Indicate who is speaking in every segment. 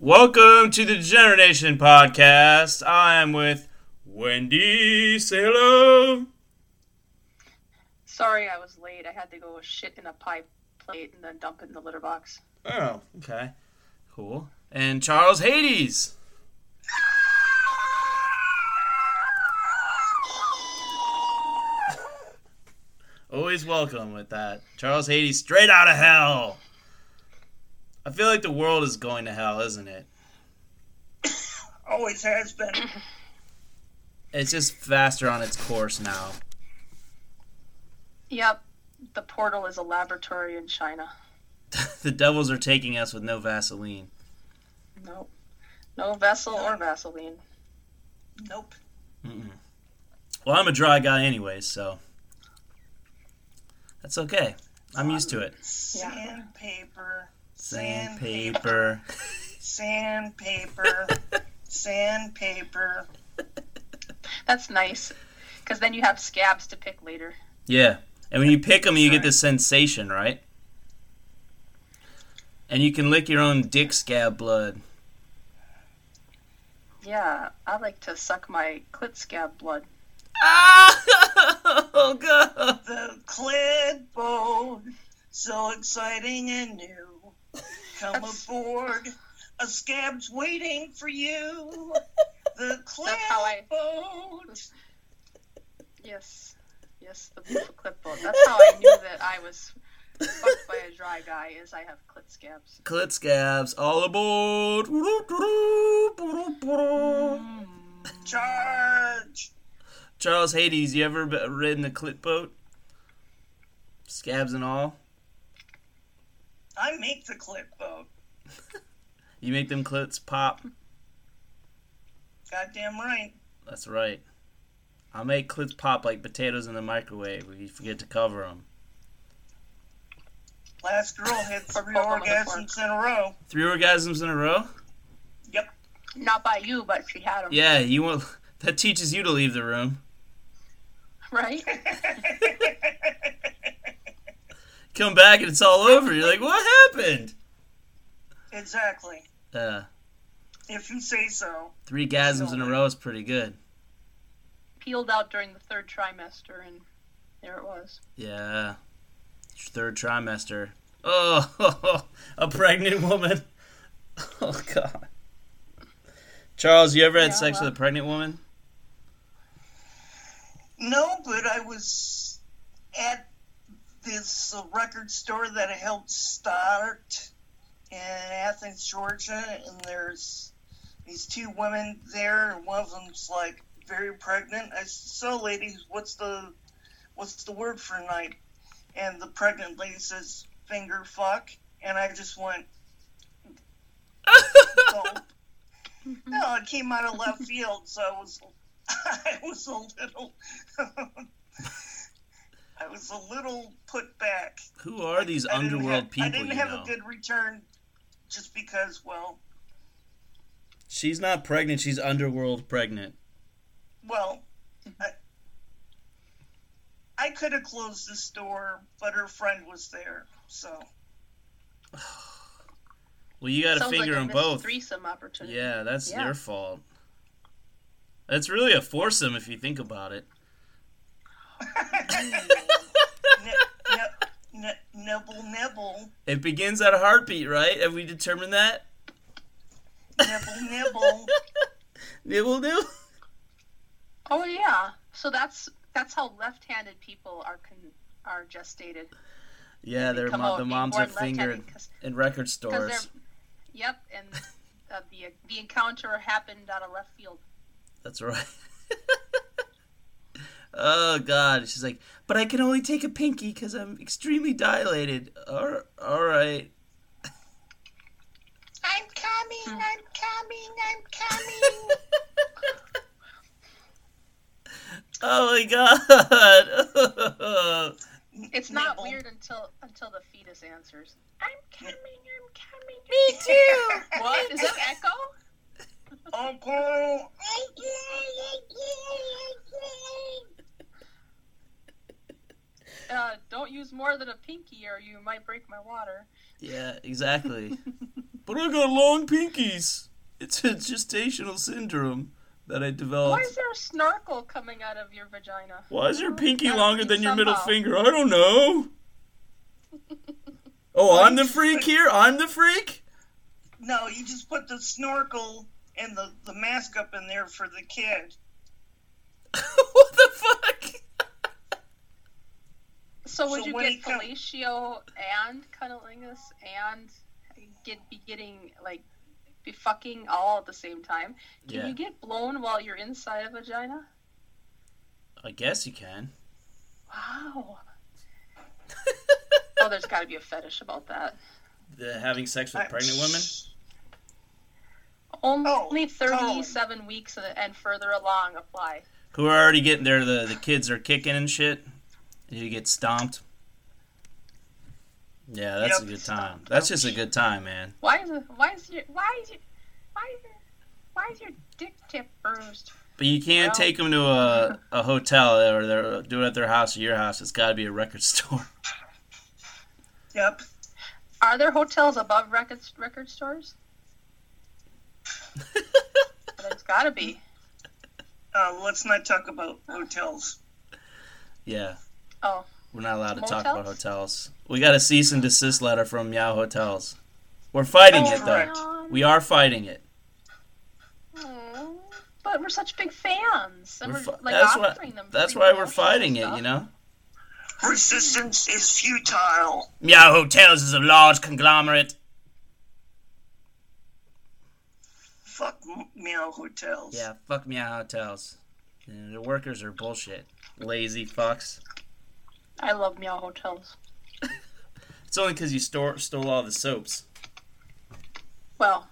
Speaker 1: Welcome to the Generation Podcast. I am with Wendy. Say hello.
Speaker 2: Sorry I was late. I had to go shit in a pie plate and then dump it in the litter box.
Speaker 1: Oh, okay. Cool. And Charles Hades. Always welcome with that. Charles Hades straight out of hell. I feel like the world is going to hell, isn't it?
Speaker 3: Always has been.
Speaker 1: It's just faster on its course now.
Speaker 2: Yep. The portal is a laboratory in China.
Speaker 1: the devils are taking us with no Vaseline.
Speaker 2: Nope. No vessel or Vaseline.
Speaker 3: Nope.
Speaker 1: Mm-mm. Well, I'm a dry guy anyway, so that's okay. I'm used to it.
Speaker 3: Sandpaper.
Speaker 1: Sandpaper.
Speaker 3: Sandpaper. sandpaper.
Speaker 2: That's nice. Because then you have scabs to pick later.
Speaker 1: Yeah. And when you pick them, you get the sensation, right? And you can lick your own dick scab blood.
Speaker 2: Yeah, I like to suck my clit scab blood.
Speaker 1: Ah! oh, God.
Speaker 3: The clipboard. So exciting and new. Come
Speaker 2: That's-
Speaker 3: aboard. A scab's waiting for you. The
Speaker 2: how I-
Speaker 3: clipboard.
Speaker 2: Yes. Yes, the clipboard. That's how I knew that I was fucked by a dry guy, is I have clit scabs.
Speaker 1: Clit scabs all aboard.
Speaker 3: Charge.
Speaker 1: Charles Hades, you ever b- ridden a clit boat? Scabs and all?
Speaker 3: I make the clipboard.
Speaker 1: You make them clits pop.
Speaker 3: Goddamn right.
Speaker 1: That's right. I make clits pop like potatoes in the microwave. We forget to cover them.
Speaker 3: Last girl had
Speaker 2: Or
Speaker 3: three
Speaker 2: poke 'em with a
Speaker 3: orgasms in a row.
Speaker 1: Three orgasms in a row?
Speaker 2: Not by you, but she had them.
Speaker 1: Yeah, you want that teaches you to leave the room.
Speaker 2: Right?
Speaker 1: Come back and it's all over. You're like, what happened?
Speaker 3: exactly.
Speaker 1: Uh,
Speaker 3: If you say so.
Speaker 1: three gasms in a row is pretty good.
Speaker 2: Peeled out during the third trimester, and there it was.
Speaker 1: Yeah. It's your Third trimester. Oh, a pregnant woman. Oh God. Charles, you ever had
Speaker 2: Yeah,
Speaker 1: sex
Speaker 2: well.
Speaker 1: with a pregnant woman?
Speaker 3: No, but I was at this uh, record store that I helped start in Athens, Georgia, and there's these two women there, and one of them's like very pregnant. I said, "So, ladies, what's the what's the word for night?" And the pregnant lady says, "Finger fuck," and I just went. "Gulp." No, it came out of left field, so I was I was a little I was a little put back.
Speaker 1: Who are these
Speaker 3: I didn't
Speaker 1: underworld
Speaker 3: have-
Speaker 1: people?
Speaker 3: I didn't
Speaker 1: you
Speaker 3: have
Speaker 1: know?
Speaker 3: a good return just because well
Speaker 1: She's not pregnant. She's underworld pregnant.
Speaker 3: well I, I could have closed the store, but her friend was there. So
Speaker 1: Well, you got to
Speaker 2: Sounds
Speaker 1: finger
Speaker 2: like a
Speaker 1: them
Speaker 2: missed
Speaker 1: both.
Speaker 2: Threesome opportunity.
Speaker 1: Yeah, that's
Speaker 2: Yeah.
Speaker 1: your fault. It's really a foursome if you think about it.
Speaker 3: ne- ne- ne- nibble nibble
Speaker 1: It begins at a heartbeat, right? Have we determined that?
Speaker 3: nibble nibble
Speaker 1: Nibble nibble.
Speaker 2: Oh yeah. So that's that's how left-handed people are con- are gestated.
Speaker 1: Yeah,
Speaker 2: They
Speaker 1: their
Speaker 2: come
Speaker 1: mom,
Speaker 2: out
Speaker 1: the
Speaker 2: being
Speaker 1: moms are
Speaker 2: born
Speaker 1: fingered
Speaker 2: left-handed 'cause-
Speaker 1: in record
Speaker 2: 'cause
Speaker 1: stores.
Speaker 2: they're yep, and uh, the the encounter happened out of left field.
Speaker 1: That's right. oh God, she's like, but I can only take a pinky because I'm extremely dilated. All, all right.
Speaker 3: I'm coming, I'm coming, I'm coming.
Speaker 1: Oh my God.
Speaker 2: It's not
Speaker 3: Nibble.
Speaker 2: weird until until the fetus answers. I'm coming. I'm coming.
Speaker 1: Me too.
Speaker 2: What is that echo?
Speaker 3: Uncle,
Speaker 2: Uh, don't use more than a pinky, or you might break my water.
Speaker 1: Yeah, exactly. but I got long pinkies. It's a gestational syndrome that I
Speaker 2: Why
Speaker 1: developed.
Speaker 2: is there a snarkle coming out of your vagina?
Speaker 1: Why is your pinky
Speaker 2: Gotta
Speaker 1: longer
Speaker 2: be
Speaker 1: than your middle
Speaker 2: somehow.
Speaker 1: finger? I don't know. Oh, I'm the freak here. I'm the freak.
Speaker 3: No, you just put the snorkel and the, the mask up in there for the kid.
Speaker 1: what the fuck?
Speaker 2: So would
Speaker 3: So
Speaker 2: you
Speaker 3: when he
Speaker 2: get
Speaker 3: come-
Speaker 2: fellatio and cunnilingus and get be getting like be fucking all at the same time? Can
Speaker 1: Yeah.
Speaker 2: you get blown while you're inside a vagina?
Speaker 1: I guess you can.
Speaker 2: Wow. oh, there's got to be a fetish about that.
Speaker 1: The, having sex with
Speaker 3: I-
Speaker 1: pregnant women.
Speaker 2: Only
Speaker 3: Oh,
Speaker 2: 37 weeks and- and further along apply.
Speaker 1: who are already getting there. The the kids are kicking and shit. And you get stomped. Yeah, that's
Speaker 3: Yep.
Speaker 1: a good time. That's just a good time, man.
Speaker 2: Why is it, why is your why is your why is your why is your dick tip bruised?
Speaker 1: But you can't
Speaker 2: Well-
Speaker 1: take them to a, a hotel or they're, do it at their house or your house. It's got to be a record store.
Speaker 3: Yep.
Speaker 2: Are there hotels above record record stores? There's got to be.
Speaker 3: Uh, let's not talk about hotels.
Speaker 1: Yeah,
Speaker 2: Oh,
Speaker 1: we're not allowed to talk about
Speaker 2: Motels?
Speaker 1: hotels. We got a cease and desist letter from Yao Hotels. We're fighting
Speaker 2: Oh,
Speaker 1: it though.
Speaker 3: Correct.
Speaker 1: We are fighting it.
Speaker 2: Aw, Mm, but we're such big fans, and
Speaker 1: We're
Speaker 2: we're,
Speaker 1: fi-
Speaker 2: like
Speaker 1: that's why,
Speaker 2: offering them.
Speaker 1: that's
Speaker 2: free
Speaker 1: why we're
Speaker 2: promotions
Speaker 1: fighting
Speaker 2: and
Speaker 1: it,
Speaker 2: stuff.
Speaker 1: you know?
Speaker 3: Resistance is futile.
Speaker 1: Meow Hotels is a large conglomerate.
Speaker 3: Fuck m- meow hotels.
Speaker 1: Yeah, fuck Meow Hotels. And the workers are bullshit. Lazy fucks.
Speaker 2: I love meow hotels.
Speaker 1: It's only because you store, stole all the soaps
Speaker 2: Well,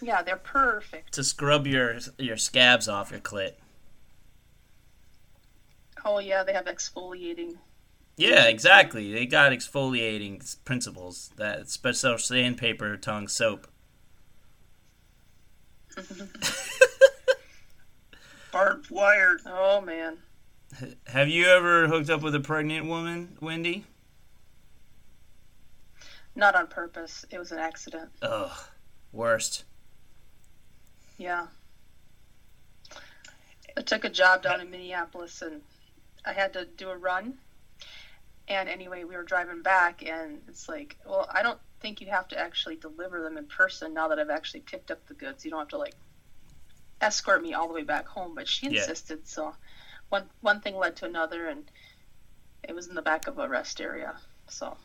Speaker 2: yeah, they're perfect.
Speaker 1: to scrub your your scabs off your clit.
Speaker 2: Oh yeah, they have exfoliating.
Speaker 1: Yeah, exactly. They got exfoliating s- principles that special sandpaper tongue soap.
Speaker 3: Barbed wire.
Speaker 2: Oh man,
Speaker 1: Have you ever hooked up with a pregnant woman, Wendy?
Speaker 2: not on purpose. It was an accident.
Speaker 1: Ugh, worst.
Speaker 2: Yeah. I took a job down in Minneapolis and I had to do a run. And anyway, we were driving back and it's like, well, I don't think you have to actually deliver them in person now that I've actually picked up the goods. You don't have to like escort me all the way back home, but she
Speaker 1: Yeah.
Speaker 2: insisted, so one one thing led to another and it was in the back of a rest area. So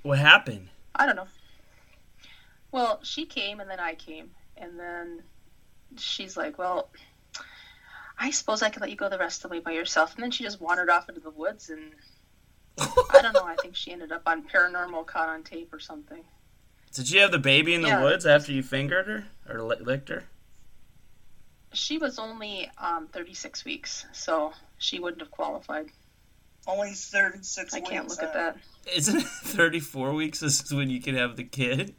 Speaker 1: What happened?
Speaker 2: I don't know. Well, she came and then I came. And then she's like, Well, I suppose I could let you go the rest of the way by yourself. And then she just wandered off into the woods. And I don't know. I think she ended up on paranormal caught on tape or something.
Speaker 1: Did you have the baby in the
Speaker 2: Yeah.
Speaker 1: woods after you fingered her or li- licked her?
Speaker 2: She was only um, 36 weeks, so she wouldn't have qualified.
Speaker 3: Only 36
Speaker 2: I can't
Speaker 3: weeks
Speaker 2: look at
Speaker 3: out.
Speaker 2: that.
Speaker 1: Isn't it 34 weeks is when you can have the kid?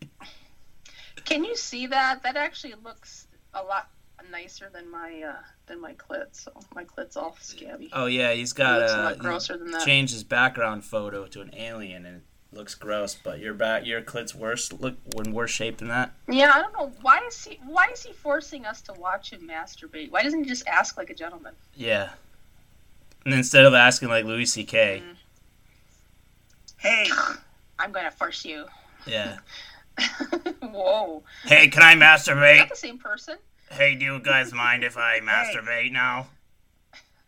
Speaker 2: Can you see that? That actually looks a lot nicer than my uh, than my clit. So my clit's all scabby.
Speaker 1: Oh yeah, he's
Speaker 2: It
Speaker 1: got
Speaker 2: looks a
Speaker 1: uh,
Speaker 2: lot grosser than
Speaker 1: he
Speaker 2: that.
Speaker 1: changed his background photo to an alien and it looks gross, but your back your clit's worse look when worse shape than that.
Speaker 2: Yeah, I don't know why is he why is he forcing us to watch him masturbate? Why doesn't he just ask like a gentleman?
Speaker 1: Yeah. And instead of asking like Louis C.K.,
Speaker 3: Hey,
Speaker 2: I'm gonna force you.
Speaker 1: yeah,
Speaker 2: Whoa,
Speaker 1: hey, can I
Speaker 2: Is that
Speaker 1: masturbate?
Speaker 2: the same person?
Speaker 1: Hey, do you guys mind if I masturbate now?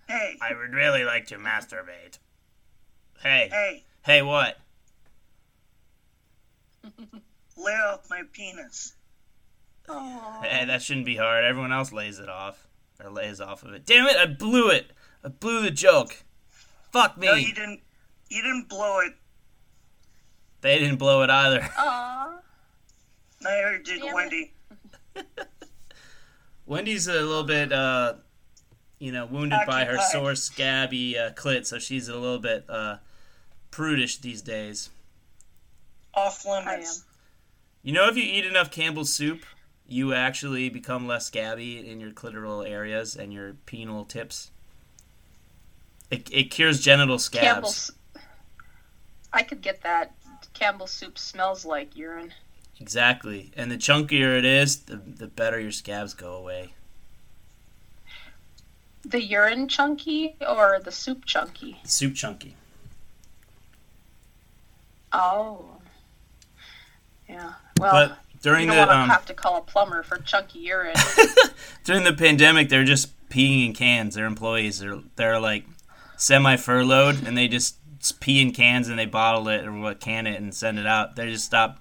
Speaker 3: hey,
Speaker 1: I would really like to masturbate. Hey,
Speaker 3: hey,
Speaker 1: hey, what?
Speaker 3: lay off my penis.
Speaker 2: Oh,
Speaker 1: Hey, Eh, that shouldn't be hard. Everyone else lays it off or lays off of it. Damn it! I blew it. I blew the joke. Fuck me.
Speaker 3: No, you didn't. You didn't blow it.
Speaker 1: They didn't blow it either.
Speaker 2: Aw.
Speaker 3: Neither did
Speaker 2: Damn it.
Speaker 3: Wendy.
Speaker 1: Wendy's a little bit, uh, you know, wounded by her
Speaker 3: Occupied.
Speaker 1: sore, scabby uh, clit, so she's a little bit uh, prudish these days.
Speaker 3: Off
Speaker 2: I am.
Speaker 3: limits.
Speaker 1: You know, if you eat enough Campbell's soup, you actually become less scabby in your clitoral areas and your penile tips. It, it cures genital scabs.
Speaker 2: Campbell's. I could get that. Campbell's soup smells like urine.
Speaker 1: Exactly. And the chunkier it is, the, the better your scabs go away.
Speaker 2: The urine chunky or the soup chunky?
Speaker 1: The soup chunky.
Speaker 2: Oh. Yeah. Well,
Speaker 1: But during
Speaker 2: you don't
Speaker 1: the
Speaker 2: want to
Speaker 1: um,
Speaker 2: have to call a plumber for chunky urine.
Speaker 1: during the pandemic, they're just peeing in cans. Their employees are they're like semi furloughed, and they just pee in cans and they bottle it or what can it and send it out. They just stop.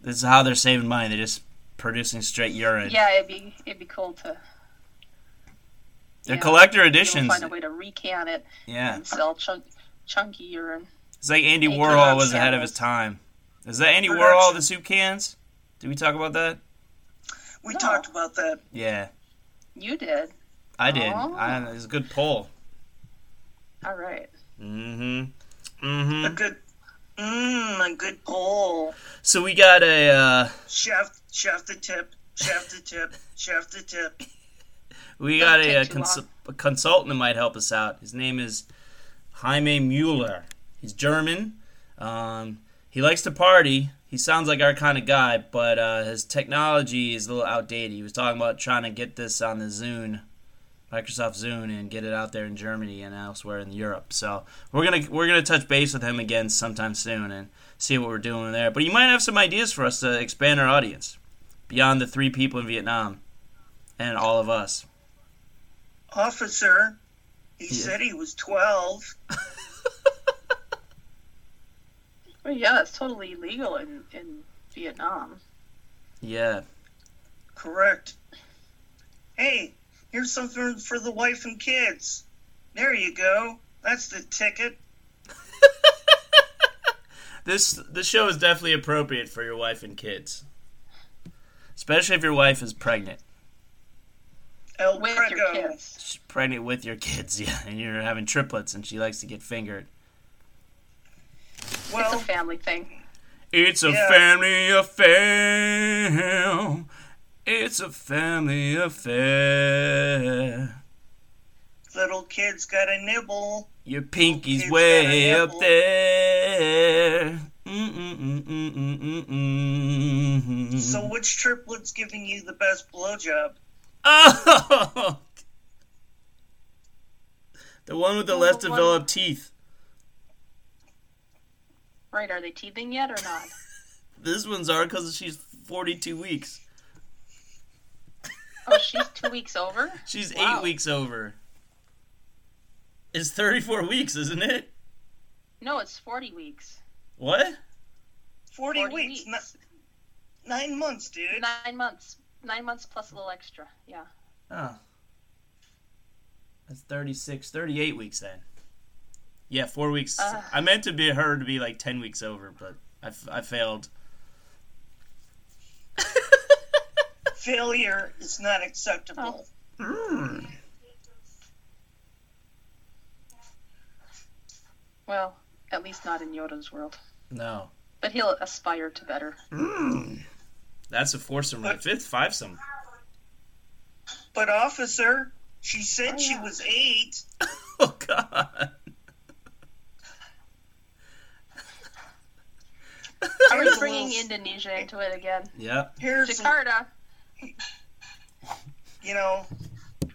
Speaker 1: This is how they're saving money. They're just producing straight urine.
Speaker 2: yeah, it'd be it'd be cool to.
Speaker 1: They're
Speaker 2: yeah,
Speaker 1: collector
Speaker 2: people
Speaker 1: editions.
Speaker 2: Find a way to recan it
Speaker 1: Yeah,
Speaker 2: and sell chunk, chunky urine.
Speaker 1: it's like Andy
Speaker 2: They
Speaker 1: Warhol
Speaker 2: collect
Speaker 1: was ahead of his
Speaker 2: samples.
Speaker 1: time. Is that Andy
Speaker 3: Production.
Speaker 1: Warhol the soup cans? Did we talk about that?
Speaker 3: We
Speaker 2: No.
Speaker 3: talked about that.
Speaker 1: Yeah,
Speaker 2: You did.
Speaker 1: I did.
Speaker 2: Oh.
Speaker 1: I, it was a good poll.
Speaker 2: All right.
Speaker 1: Mm-hmm. Mm-hmm.
Speaker 3: A good, mmm, a good poll.
Speaker 1: So we got a uh,
Speaker 3: Chef, chef the tip, chef the tip, chef the tip.
Speaker 1: we got
Speaker 2: Doesn't
Speaker 1: a,
Speaker 2: take
Speaker 1: uh
Speaker 2: too
Speaker 1: cons-
Speaker 2: long.
Speaker 1: a consultant that might help us out. His name is Jaime Mueller. He's German. Um, he likes to party. He sounds like our kind of guy, but uh, his technology is a little outdated. He was talking about trying to get this on the Zune, Microsoft Zune, and get it out there in Germany and elsewhere in Europe. So we're gonna we're gonna touch base with him again sometime soon and see what we're doing there. But he might have some ideas for us to expand our audience beyond the three people in Vietnam and all of us.
Speaker 3: Officer, he
Speaker 1: Yeah.
Speaker 3: said he was 12.
Speaker 2: Well, yeah, that's totally illegal in in Vietnam.
Speaker 1: Yeah.
Speaker 3: Correct. Hey, here's something for the wife and kids. There you go. That's the ticket.
Speaker 1: This this show is definitely appropriate for your wife and kids. Especially if your wife is pregnant.
Speaker 3: El
Speaker 2: With
Speaker 3: Prego.
Speaker 2: your kids.
Speaker 1: She's pregnant with your kids, yeah, and you're having triplets and she likes to get fingered.
Speaker 2: It's a
Speaker 3: Well,
Speaker 2: family thing.
Speaker 1: It's a
Speaker 3: Yeah.
Speaker 1: family affair. It's a family affair.
Speaker 3: little kids got a nibble.
Speaker 1: Your pinky's
Speaker 3: Kids
Speaker 1: way
Speaker 3: gotta
Speaker 1: up
Speaker 3: nibble.
Speaker 1: there. Mm-mm-mm-mm-mm-mm-mm.
Speaker 3: So, which triplet's giving you the best blowjob?
Speaker 1: Oh! The one with the
Speaker 2: Well,
Speaker 1: less
Speaker 2: the one-
Speaker 1: developed teeth.
Speaker 2: Right? Are they teething yet or not?
Speaker 1: This one's our because she's 42 weeks.
Speaker 2: Oh, she's two weeks over.
Speaker 1: She's
Speaker 2: Wow.
Speaker 1: eight weeks over. It's 34 weeks, isn't it?
Speaker 2: No, it's forty weeks.
Speaker 1: What?
Speaker 3: 40,
Speaker 2: Forty
Speaker 3: weeks.
Speaker 2: weeks.
Speaker 3: ni- nine months, dude.
Speaker 2: Nine months. Nine months plus a little extra. Yeah.
Speaker 1: Oh. That's 36, 38 weeks then. Yeah, four weeks.
Speaker 2: Ugh.
Speaker 1: I meant to be her to be like 10 weeks over, but I, f- I failed.
Speaker 3: Failure is not
Speaker 2: Oh.
Speaker 3: acceptable.
Speaker 1: Mm.
Speaker 2: Well, at least not in Yoda's world.
Speaker 1: No.
Speaker 2: But he'll aspire to better.
Speaker 1: Mm. That's a foursome, right? Fifth, fivesome.
Speaker 3: But, officer, she said
Speaker 2: Oh,
Speaker 3: she
Speaker 2: yeah.
Speaker 3: was eight.
Speaker 1: Oh, God.
Speaker 2: Are
Speaker 3: Here's
Speaker 2: we
Speaker 3: a
Speaker 2: bringing
Speaker 3: little-
Speaker 2: Indonesia into it again?
Speaker 1: Yep.
Speaker 3: Here's, a-
Speaker 2: Jakarta.
Speaker 3: you know,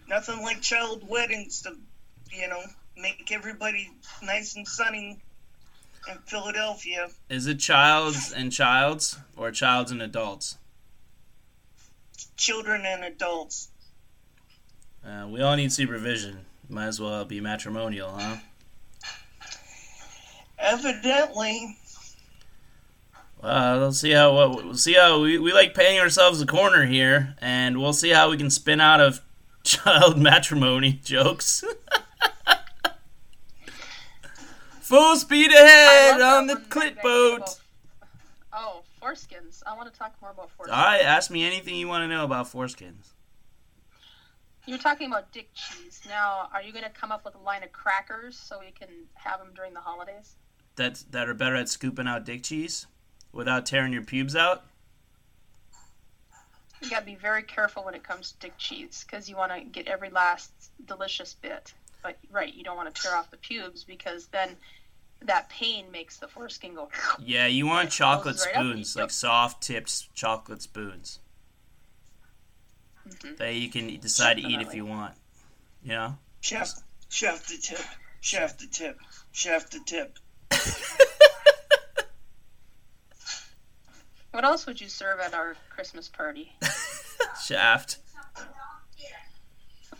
Speaker 3: nothing like child weddings to, you know, make everybody nice and sunny in Philadelphia.
Speaker 1: Is it childs and childs or childs and adults?
Speaker 3: Children and adults.
Speaker 1: Uh, we all need supervision. Might as well be matrimonial, huh?
Speaker 3: Evidently,
Speaker 1: Well, Uh, let's see how what we'll see how we, we like painting ourselves a corner here, and we'll see how we can spin out of child matrimony jokes. Full speed
Speaker 2: I
Speaker 1: ahead
Speaker 2: love that
Speaker 1: on the
Speaker 2: one that you
Speaker 1: clit
Speaker 2: guys
Speaker 1: boat.
Speaker 2: did about- Oh, foreskins. I want to talk more about foreskins.
Speaker 1: All right, ask me anything you want to know about foreskins.
Speaker 2: You're talking about dick cheese. Now, are you going to come up with a line of crackers so we can have them during the holidays?
Speaker 1: That that are better at scooping out dick cheese without tearing your pubes out.
Speaker 2: You got to be very careful when it comes to dick cheese because you want to get every last delicious bit. But right, you don't want to tear off the pubes because then that pain makes the foreskin go.
Speaker 1: Yeah, you want chocolate
Speaker 2: Goes right up.
Speaker 1: spoons, like soft tipped chocolate spoons
Speaker 2: Mhm.
Speaker 1: that you can decide to eat if
Speaker 2: Definitely.
Speaker 1: you want. You know?
Speaker 3: Chef, chef the tip, chef the tip, chef the tip.
Speaker 2: What else would you serve at our Christmas party?
Speaker 1: Shaft.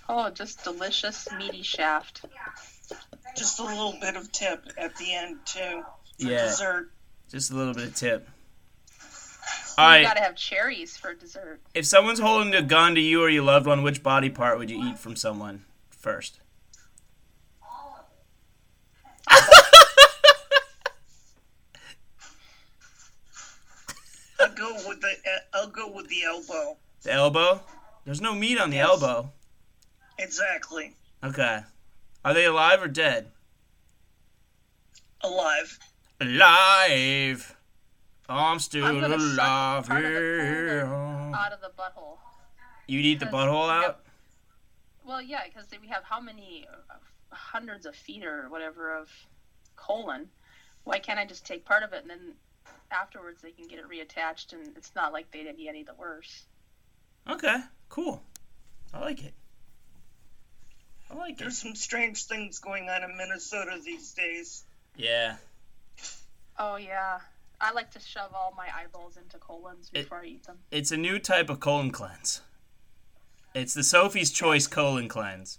Speaker 2: Oh, just delicious meaty shaft.
Speaker 3: Just a little bit of tip at the end too. For
Speaker 1: Yeah.
Speaker 3: Dessert.
Speaker 1: Just a little bit of tip.
Speaker 2: You
Speaker 1: All right.
Speaker 2: gotta have cherries for dessert.
Speaker 1: If someone's holding a gun to you or your loved one, which body part would you eat from someone first?
Speaker 3: I'll go with the I'll go with the elbow.
Speaker 1: The elbow? There's no meat on the
Speaker 3: Yes.
Speaker 1: elbow.
Speaker 3: Exactly.
Speaker 1: Okay. Are they alive or dead?
Speaker 3: Alive.
Speaker 1: Alive. I'm still
Speaker 2: I'm gonna suck
Speaker 1: alive.
Speaker 2: part of the
Speaker 1: here.
Speaker 2: Out of the butthole.
Speaker 1: You'd eat the
Speaker 2: because-
Speaker 1: butthole out?
Speaker 2: Well, yeah, because we have how many uh, hundreds of feet or whatever of colon. Why can't I just take part of it and then afterwards they can get it reattached and it's not like they did any of the worse.
Speaker 1: Okay. Cool. I like it. I like it.
Speaker 3: There's some strange things going on in Minnesota these days.
Speaker 1: Yeah.
Speaker 2: Oh yeah, I like to shove all my eyeballs into colons before I eat them.
Speaker 1: It's a new type of colon cleanse. It's the Sophie's Choice colon cleanse.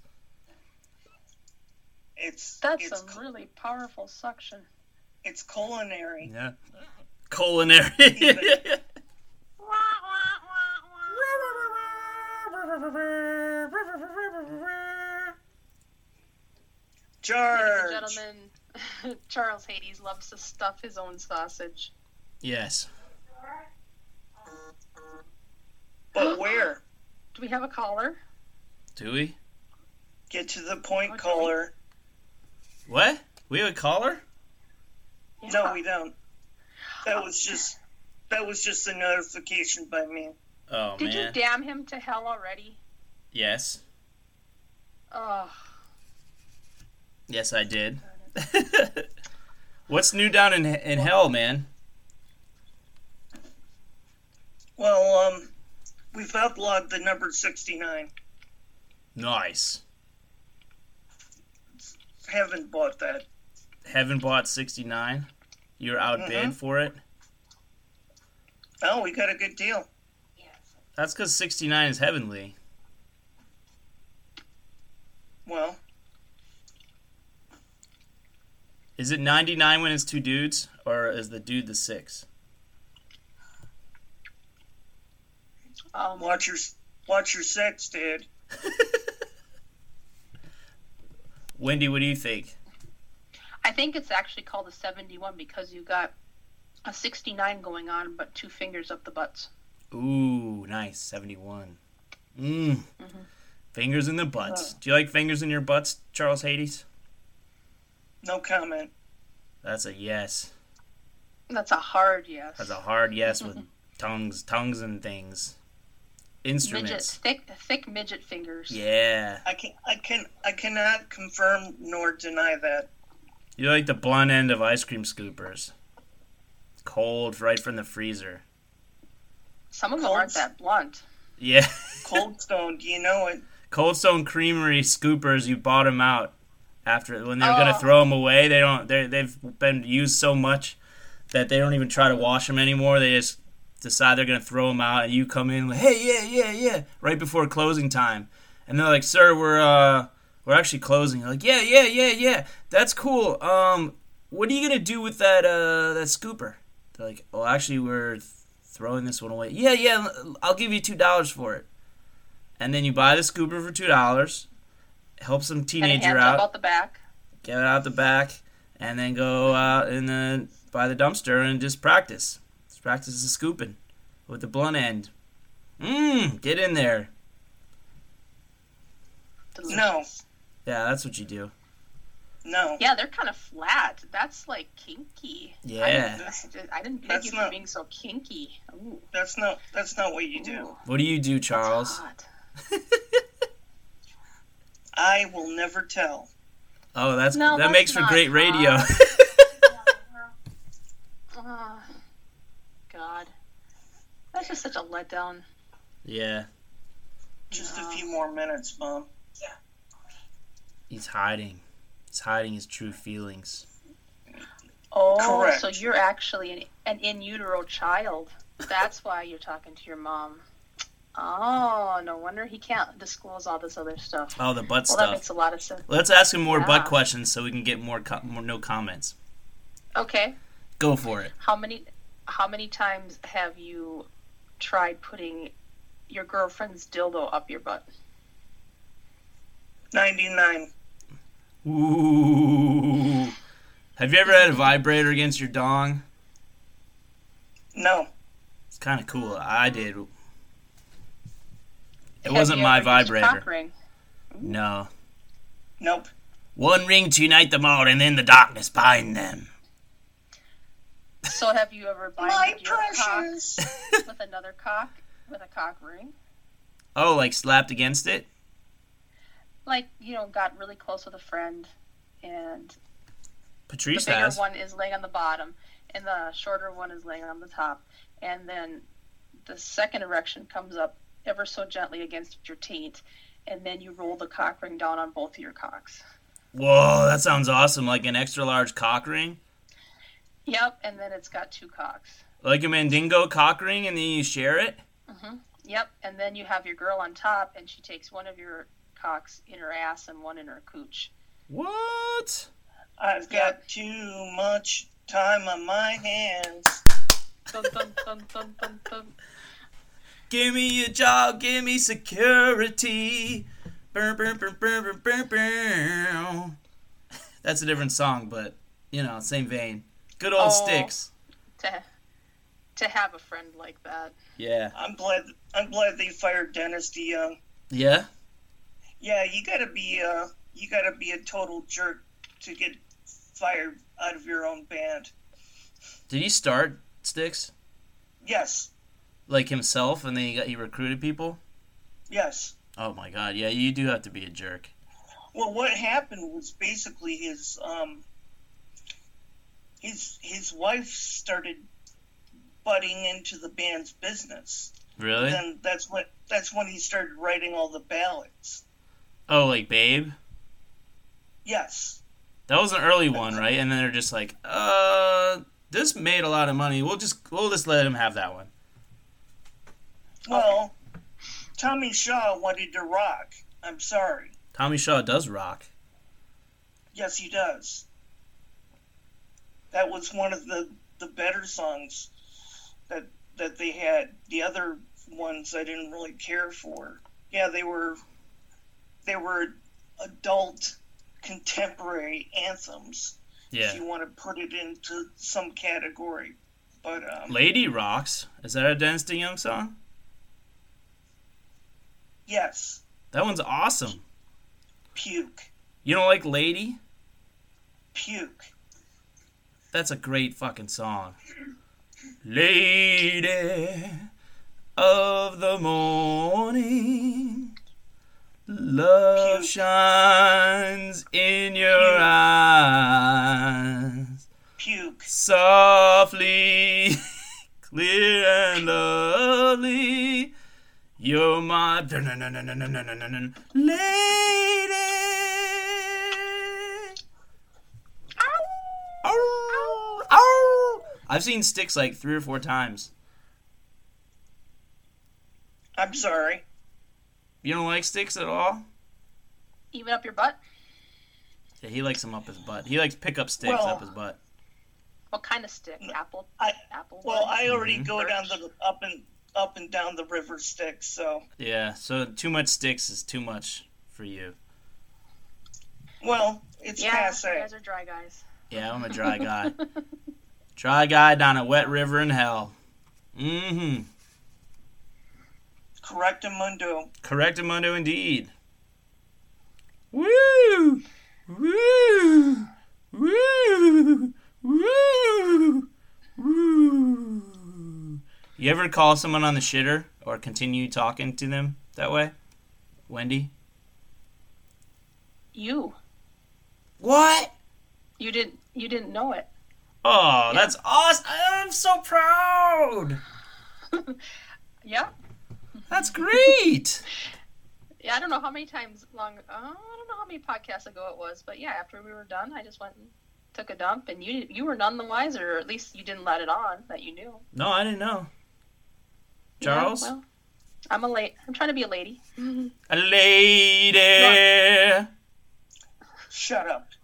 Speaker 3: It's
Speaker 2: That's
Speaker 3: it's,
Speaker 2: some really powerful suction.
Speaker 3: it's culinary.
Speaker 1: Yeah. Culinary.
Speaker 3: George.
Speaker 2: Ladies and gentlemen, Charles Hades loves to stuff his own sausage.
Speaker 1: yes.
Speaker 3: But where?
Speaker 2: Do we have a caller?
Speaker 1: Do we?
Speaker 3: Get to the point,
Speaker 2: Okay.
Speaker 3: caller.
Speaker 1: What? We have a caller?
Speaker 3: No, we don't. That was just that was just a notification by me.
Speaker 1: Oh
Speaker 2: Did
Speaker 1: man.
Speaker 2: you damn him to hell already?
Speaker 1: yes.
Speaker 2: Oh,
Speaker 1: Yes, I did. What's new down in in hell, man?
Speaker 3: Well, um, we've outlawed the number sixty-nine.
Speaker 1: Nice.
Speaker 3: Haven't bought that.
Speaker 1: Heaven bought 69. You're outbid
Speaker 2: Mm-hmm.
Speaker 3: Mhm.
Speaker 1: for it.
Speaker 3: Oh, we got a good deal.
Speaker 1: That's cuz 69 is heavenly.
Speaker 3: Well,
Speaker 1: Is it 99 when it's two dudes or is the dude the 6?
Speaker 2: um,
Speaker 3: watch your watch your sex, dude.
Speaker 1: Wendy, what do you think?
Speaker 2: I think it's actually called a 71 because you got a 69 going on, but two fingers up the butts.
Speaker 1: Ooh, nice. 71. Mm.
Speaker 2: Mm-hmm.
Speaker 1: Fingers in the butts. Do you like fingers in your butts, Charles Hades?
Speaker 3: No comment.
Speaker 1: That's a yes.
Speaker 2: That's a hard yes.
Speaker 1: That's a hard yes with tongues, tongues and things.
Speaker 2: midget,
Speaker 1: Instruments.
Speaker 2: thick, thick midget fingers.
Speaker 1: Yeah.
Speaker 3: I can I can I cannot confirm nor deny that.
Speaker 1: You like the blunt end of ice cream scoopers. Cold right from the freezer.
Speaker 2: Some of them aren't that blunt.
Speaker 1: Yeah.
Speaker 3: Cold stone, do you know it?
Speaker 1: Cold Stone Creamery scoopers, you bought them out after when they're gonna
Speaker 2: Oh.
Speaker 1: throw them away. They don't. They they've been used so much that they don't even try to wash them anymore. They just decide they're gonna throw them out, and you come in like, hey, yeah, yeah, yeah, right before closing time, and they're like, sir, we're uh, we're actually closing. You're like, yeah, yeah, yeah, yeah, that's cool. Um, what are you gonna do with that uh that scooper? They're like, well, actually, we're th- throwing this one away. Yeah, yeah, l- I'll give you two dollars for it. And then you buy the scooper for two dollars, help some
Speaker 2: And it
Speaker 1: teenager
Speaker 2: hands
Speaker 1: out
Speaker 2: up out the back.
Speaker 1: get it out the back, and then go out and then by the dumpster and just practice. Just practice the scooping with the blunt end. Mmm, get in there.
Speaker 2: Delicious.
Speaker 3: No,
Speaker 1: Yeah, that's what you do.
Speaker 3: no.
Speaker 2: Yeah, they're kind of flat. That's like kinky. I
Speaker 1: Yeah.
Speaker 2: didn't, that's just- I didn't thank
Speaker 3: That's
Speaker 2: you
Speaker 3: not-
Speaker 2: for being so kinky. Ooh,
Speaker 3: That's not that's not what you do.
Speaker 2: ooh,
Speaker 1: What do you do, Charles?
Speaker 2: hot.
Speaker 3: I will never tell.
Speaker 1: Oh, that's that
Speaker 2: No, that's
Speaker 1: Oh, makes for
Speaker 2: not
Speaker 1: great radio.
Speaker 2: hot. was Ah, just such a letdown.
Speaker 1: Yeah,
Speaker 3: Just
Speaker 2: No.
Speaker 3: a few more minutes, Mom.
Speaker 1: he's hiding. He's hiding his true feelings.
Speaker 2: Oh,
Speaker 3: Correct.
Speaker 2: so you're actually an, an in utero child. That's why you're talking to your mom. Oh, no wonder he can't disclose all this other stuff.
Speaker 1: Oh, the butt
Speaker 2: Well, that
Speaker 1: stuff.
Speaker 2: makes a lot of sense.
Speaker 1: Let's ask him more butt
Speaker 2: Yeah.
Speaker 1: questions so we can get more, co- more no comments.
Speaker 2: Okay,
Speaker 1: Go for it.
Speaker 2: how many how many times have you tried putting your girlfriend's dildo up your butt?
Speaker 3: 99.
Speaker 1: Ooh. Have you ever had a vibrator against your dong?
Speaker 3: No.
Speaker 1: It's kind of cool. I did. It
Speaker 2: Have
Speaker 1: wasn't
Speaker 2: you
Speaker 1: my
Speaker 2: ever used a cock
Speaker 1: vibrator.
Speaker 2: ring?
Speaker 1: No.
Speaker 3: Nope.
Speaker 1: One ring to unite them all, and in the darkness bind them.
Speaker 2: So have you ever
Speaker 3: My
Speaker 2: binded your cock
Speaker 3: precious.
Speaker 2: with another cock with a cock ring?
Speaker 1: Oh, like slapped against it?
Speaker 2: Like you know, got really close with a friend, and the
Speaker 1: Patrice
Speaker 2: bigger
Speaker 1: has.
Speaker 2: one is laying on the bottom, and the shorter one is laying on the top, and then the second erection comes up ever so gently against your taint, and then you roll the cock ring down on both of your cocks.
Speaker 1: Whoa, that sounds awesome. Like an extra large cock ring?
Speaker 2: Yep, and then it's got two cocks.
Speaker 1: Like a Mandingo cock ring, and then you share it?
Speaker 2: Yep, and then you have your girl on top, and she takes one of your cocks in her ass and one in her cooch.
Speaker 1: What?
Speaker 3: I've got too much time on my hands.
Speaker 2: Dun, dun, dun, dun, dun, dun.
Speaker 1: Give me a job, give me security. Burr, burr, burr, burr, burr, burr, burr. That's a different song, but you know, same vein. Good old
Speaker 2: Oh.
Speaker 1: sticks.
Speaker 2: To, to have a friend like that.
Speaker 1: Yeah.
Speaker 3: I'm glad. I'm glad they fired Dennis DeYoung.
Speaker 1: Yeah.
Speaker 3: Yeah, you gotta be. Uh, you gotta be a total jerk to get fired out of your own band.
Speaker 1: Did he start sticks
Speaker 3: Yes.
Speaker 1: like himself, and then he got he recruited people?
Speaker 3: Yes.
Speaker 1: Oh my God. Yeah, you do have to be a jerk.
Speaker 3: Well, what happened was basically his um, his his wife started butting into the band's business.
Speaker 1: Really?
Speaker 3: Then that's when that's when he started writing all the ballads.
Speaker 1: Oh, like Babe.
Speaker 3: Yes,
Speaker 1: That was an early one, right? And then they're just like, uh, this made a lot of money. We'll just we'll just let him have that one.
Speaker 3: Well, Tommy Shaw wanted to rock. I'm sorry.
Speaker 1: Tommy Shaw does rock.
Speaker 3: Yes, he does. That was one of the, the better songs that that they had. The other ones I didn't really care for. Yeah, they were they were adult contemporary anthems.
Speaker 1: Yeah.
Speaker 3: If you want to put it into some category, but um,
Speaker 1: Lady Rocks. Is that a Dennis DeYoung song?
Speaker 3: yes,
Speaker 1: That one's awesome.
Speaker 3: puke,
Speaker 1: You don't like Lady?
Speaker 3: puke.
Speaker 1: That's a great fucking song. Lady of the morning, love
Speaker 3: Puke.
Speaker 1: shines in your
Speaker 3: Puke.
Speaker 1: eyes.
Speaker 3: Puke.
Speaker 1: Softly, clear and lovely, you're my lady. Ow, ow. I've seen sticks like three or four times.
Speaker 3: I'm sorry.
Speaker 1: You don't like sticks at all?
Speaker 2: Even up your butt?
Speaker 1: Yeah, he likes them up his butt. He likes pick up sticks
Speaker 3: Well-
Speaker 1: up his butt.
Speaker 2: What kind of stick? Apple?
Speaker 3: I-
Speaker 2: apple?
Speaker 3: Well,
Speaker 2: wood?
Speaker 3: I already
Speaker 1: Mhm.
Speaker 3: go down the up and up and down the river Styx, so
Speaker 1: Yeah, so too much sticks is too much for you.
Speaker 3: well, it's
Speaker 2: yeah, you
Speaker 3: passe.
Speaker 2: guys are dry guys.
Speaker 1: Yeah, I'm a dry guy. dry guy down a wet river in hell. Mm-hmm.
Speaker 3: Correctamundo.
Speaker 1: Correctamundo indeed. Woo! Woo! Woo! Woo! Woo! You ever call someone on the shitter or continue talking to them that way? Wendy?
Speaker 2: You.
Speaker 1: What?
Speaker 2: You didn't you didn't know it.
Speaker 1: Oh, that's awesome. I'm so proud.
Speaker 2: Yeah.
Speaker 1: That's great.
Speaker 2: Yeah, I don't know how many times long. Oh, I don't know how many podcasts ago it was, but yeah, after we were done, I just went and took a dump, and you you were none the wiser, or at least you didn't let it on that you knew.
Speaker 1: no, I didn't know.
Speaker 2: Yeah,
Speaker 1: Charles,
Speaker 2: well, I'm a late. I'm trying to be a lady.
Speaker 1: a lady.
Speaker 3: Shut up.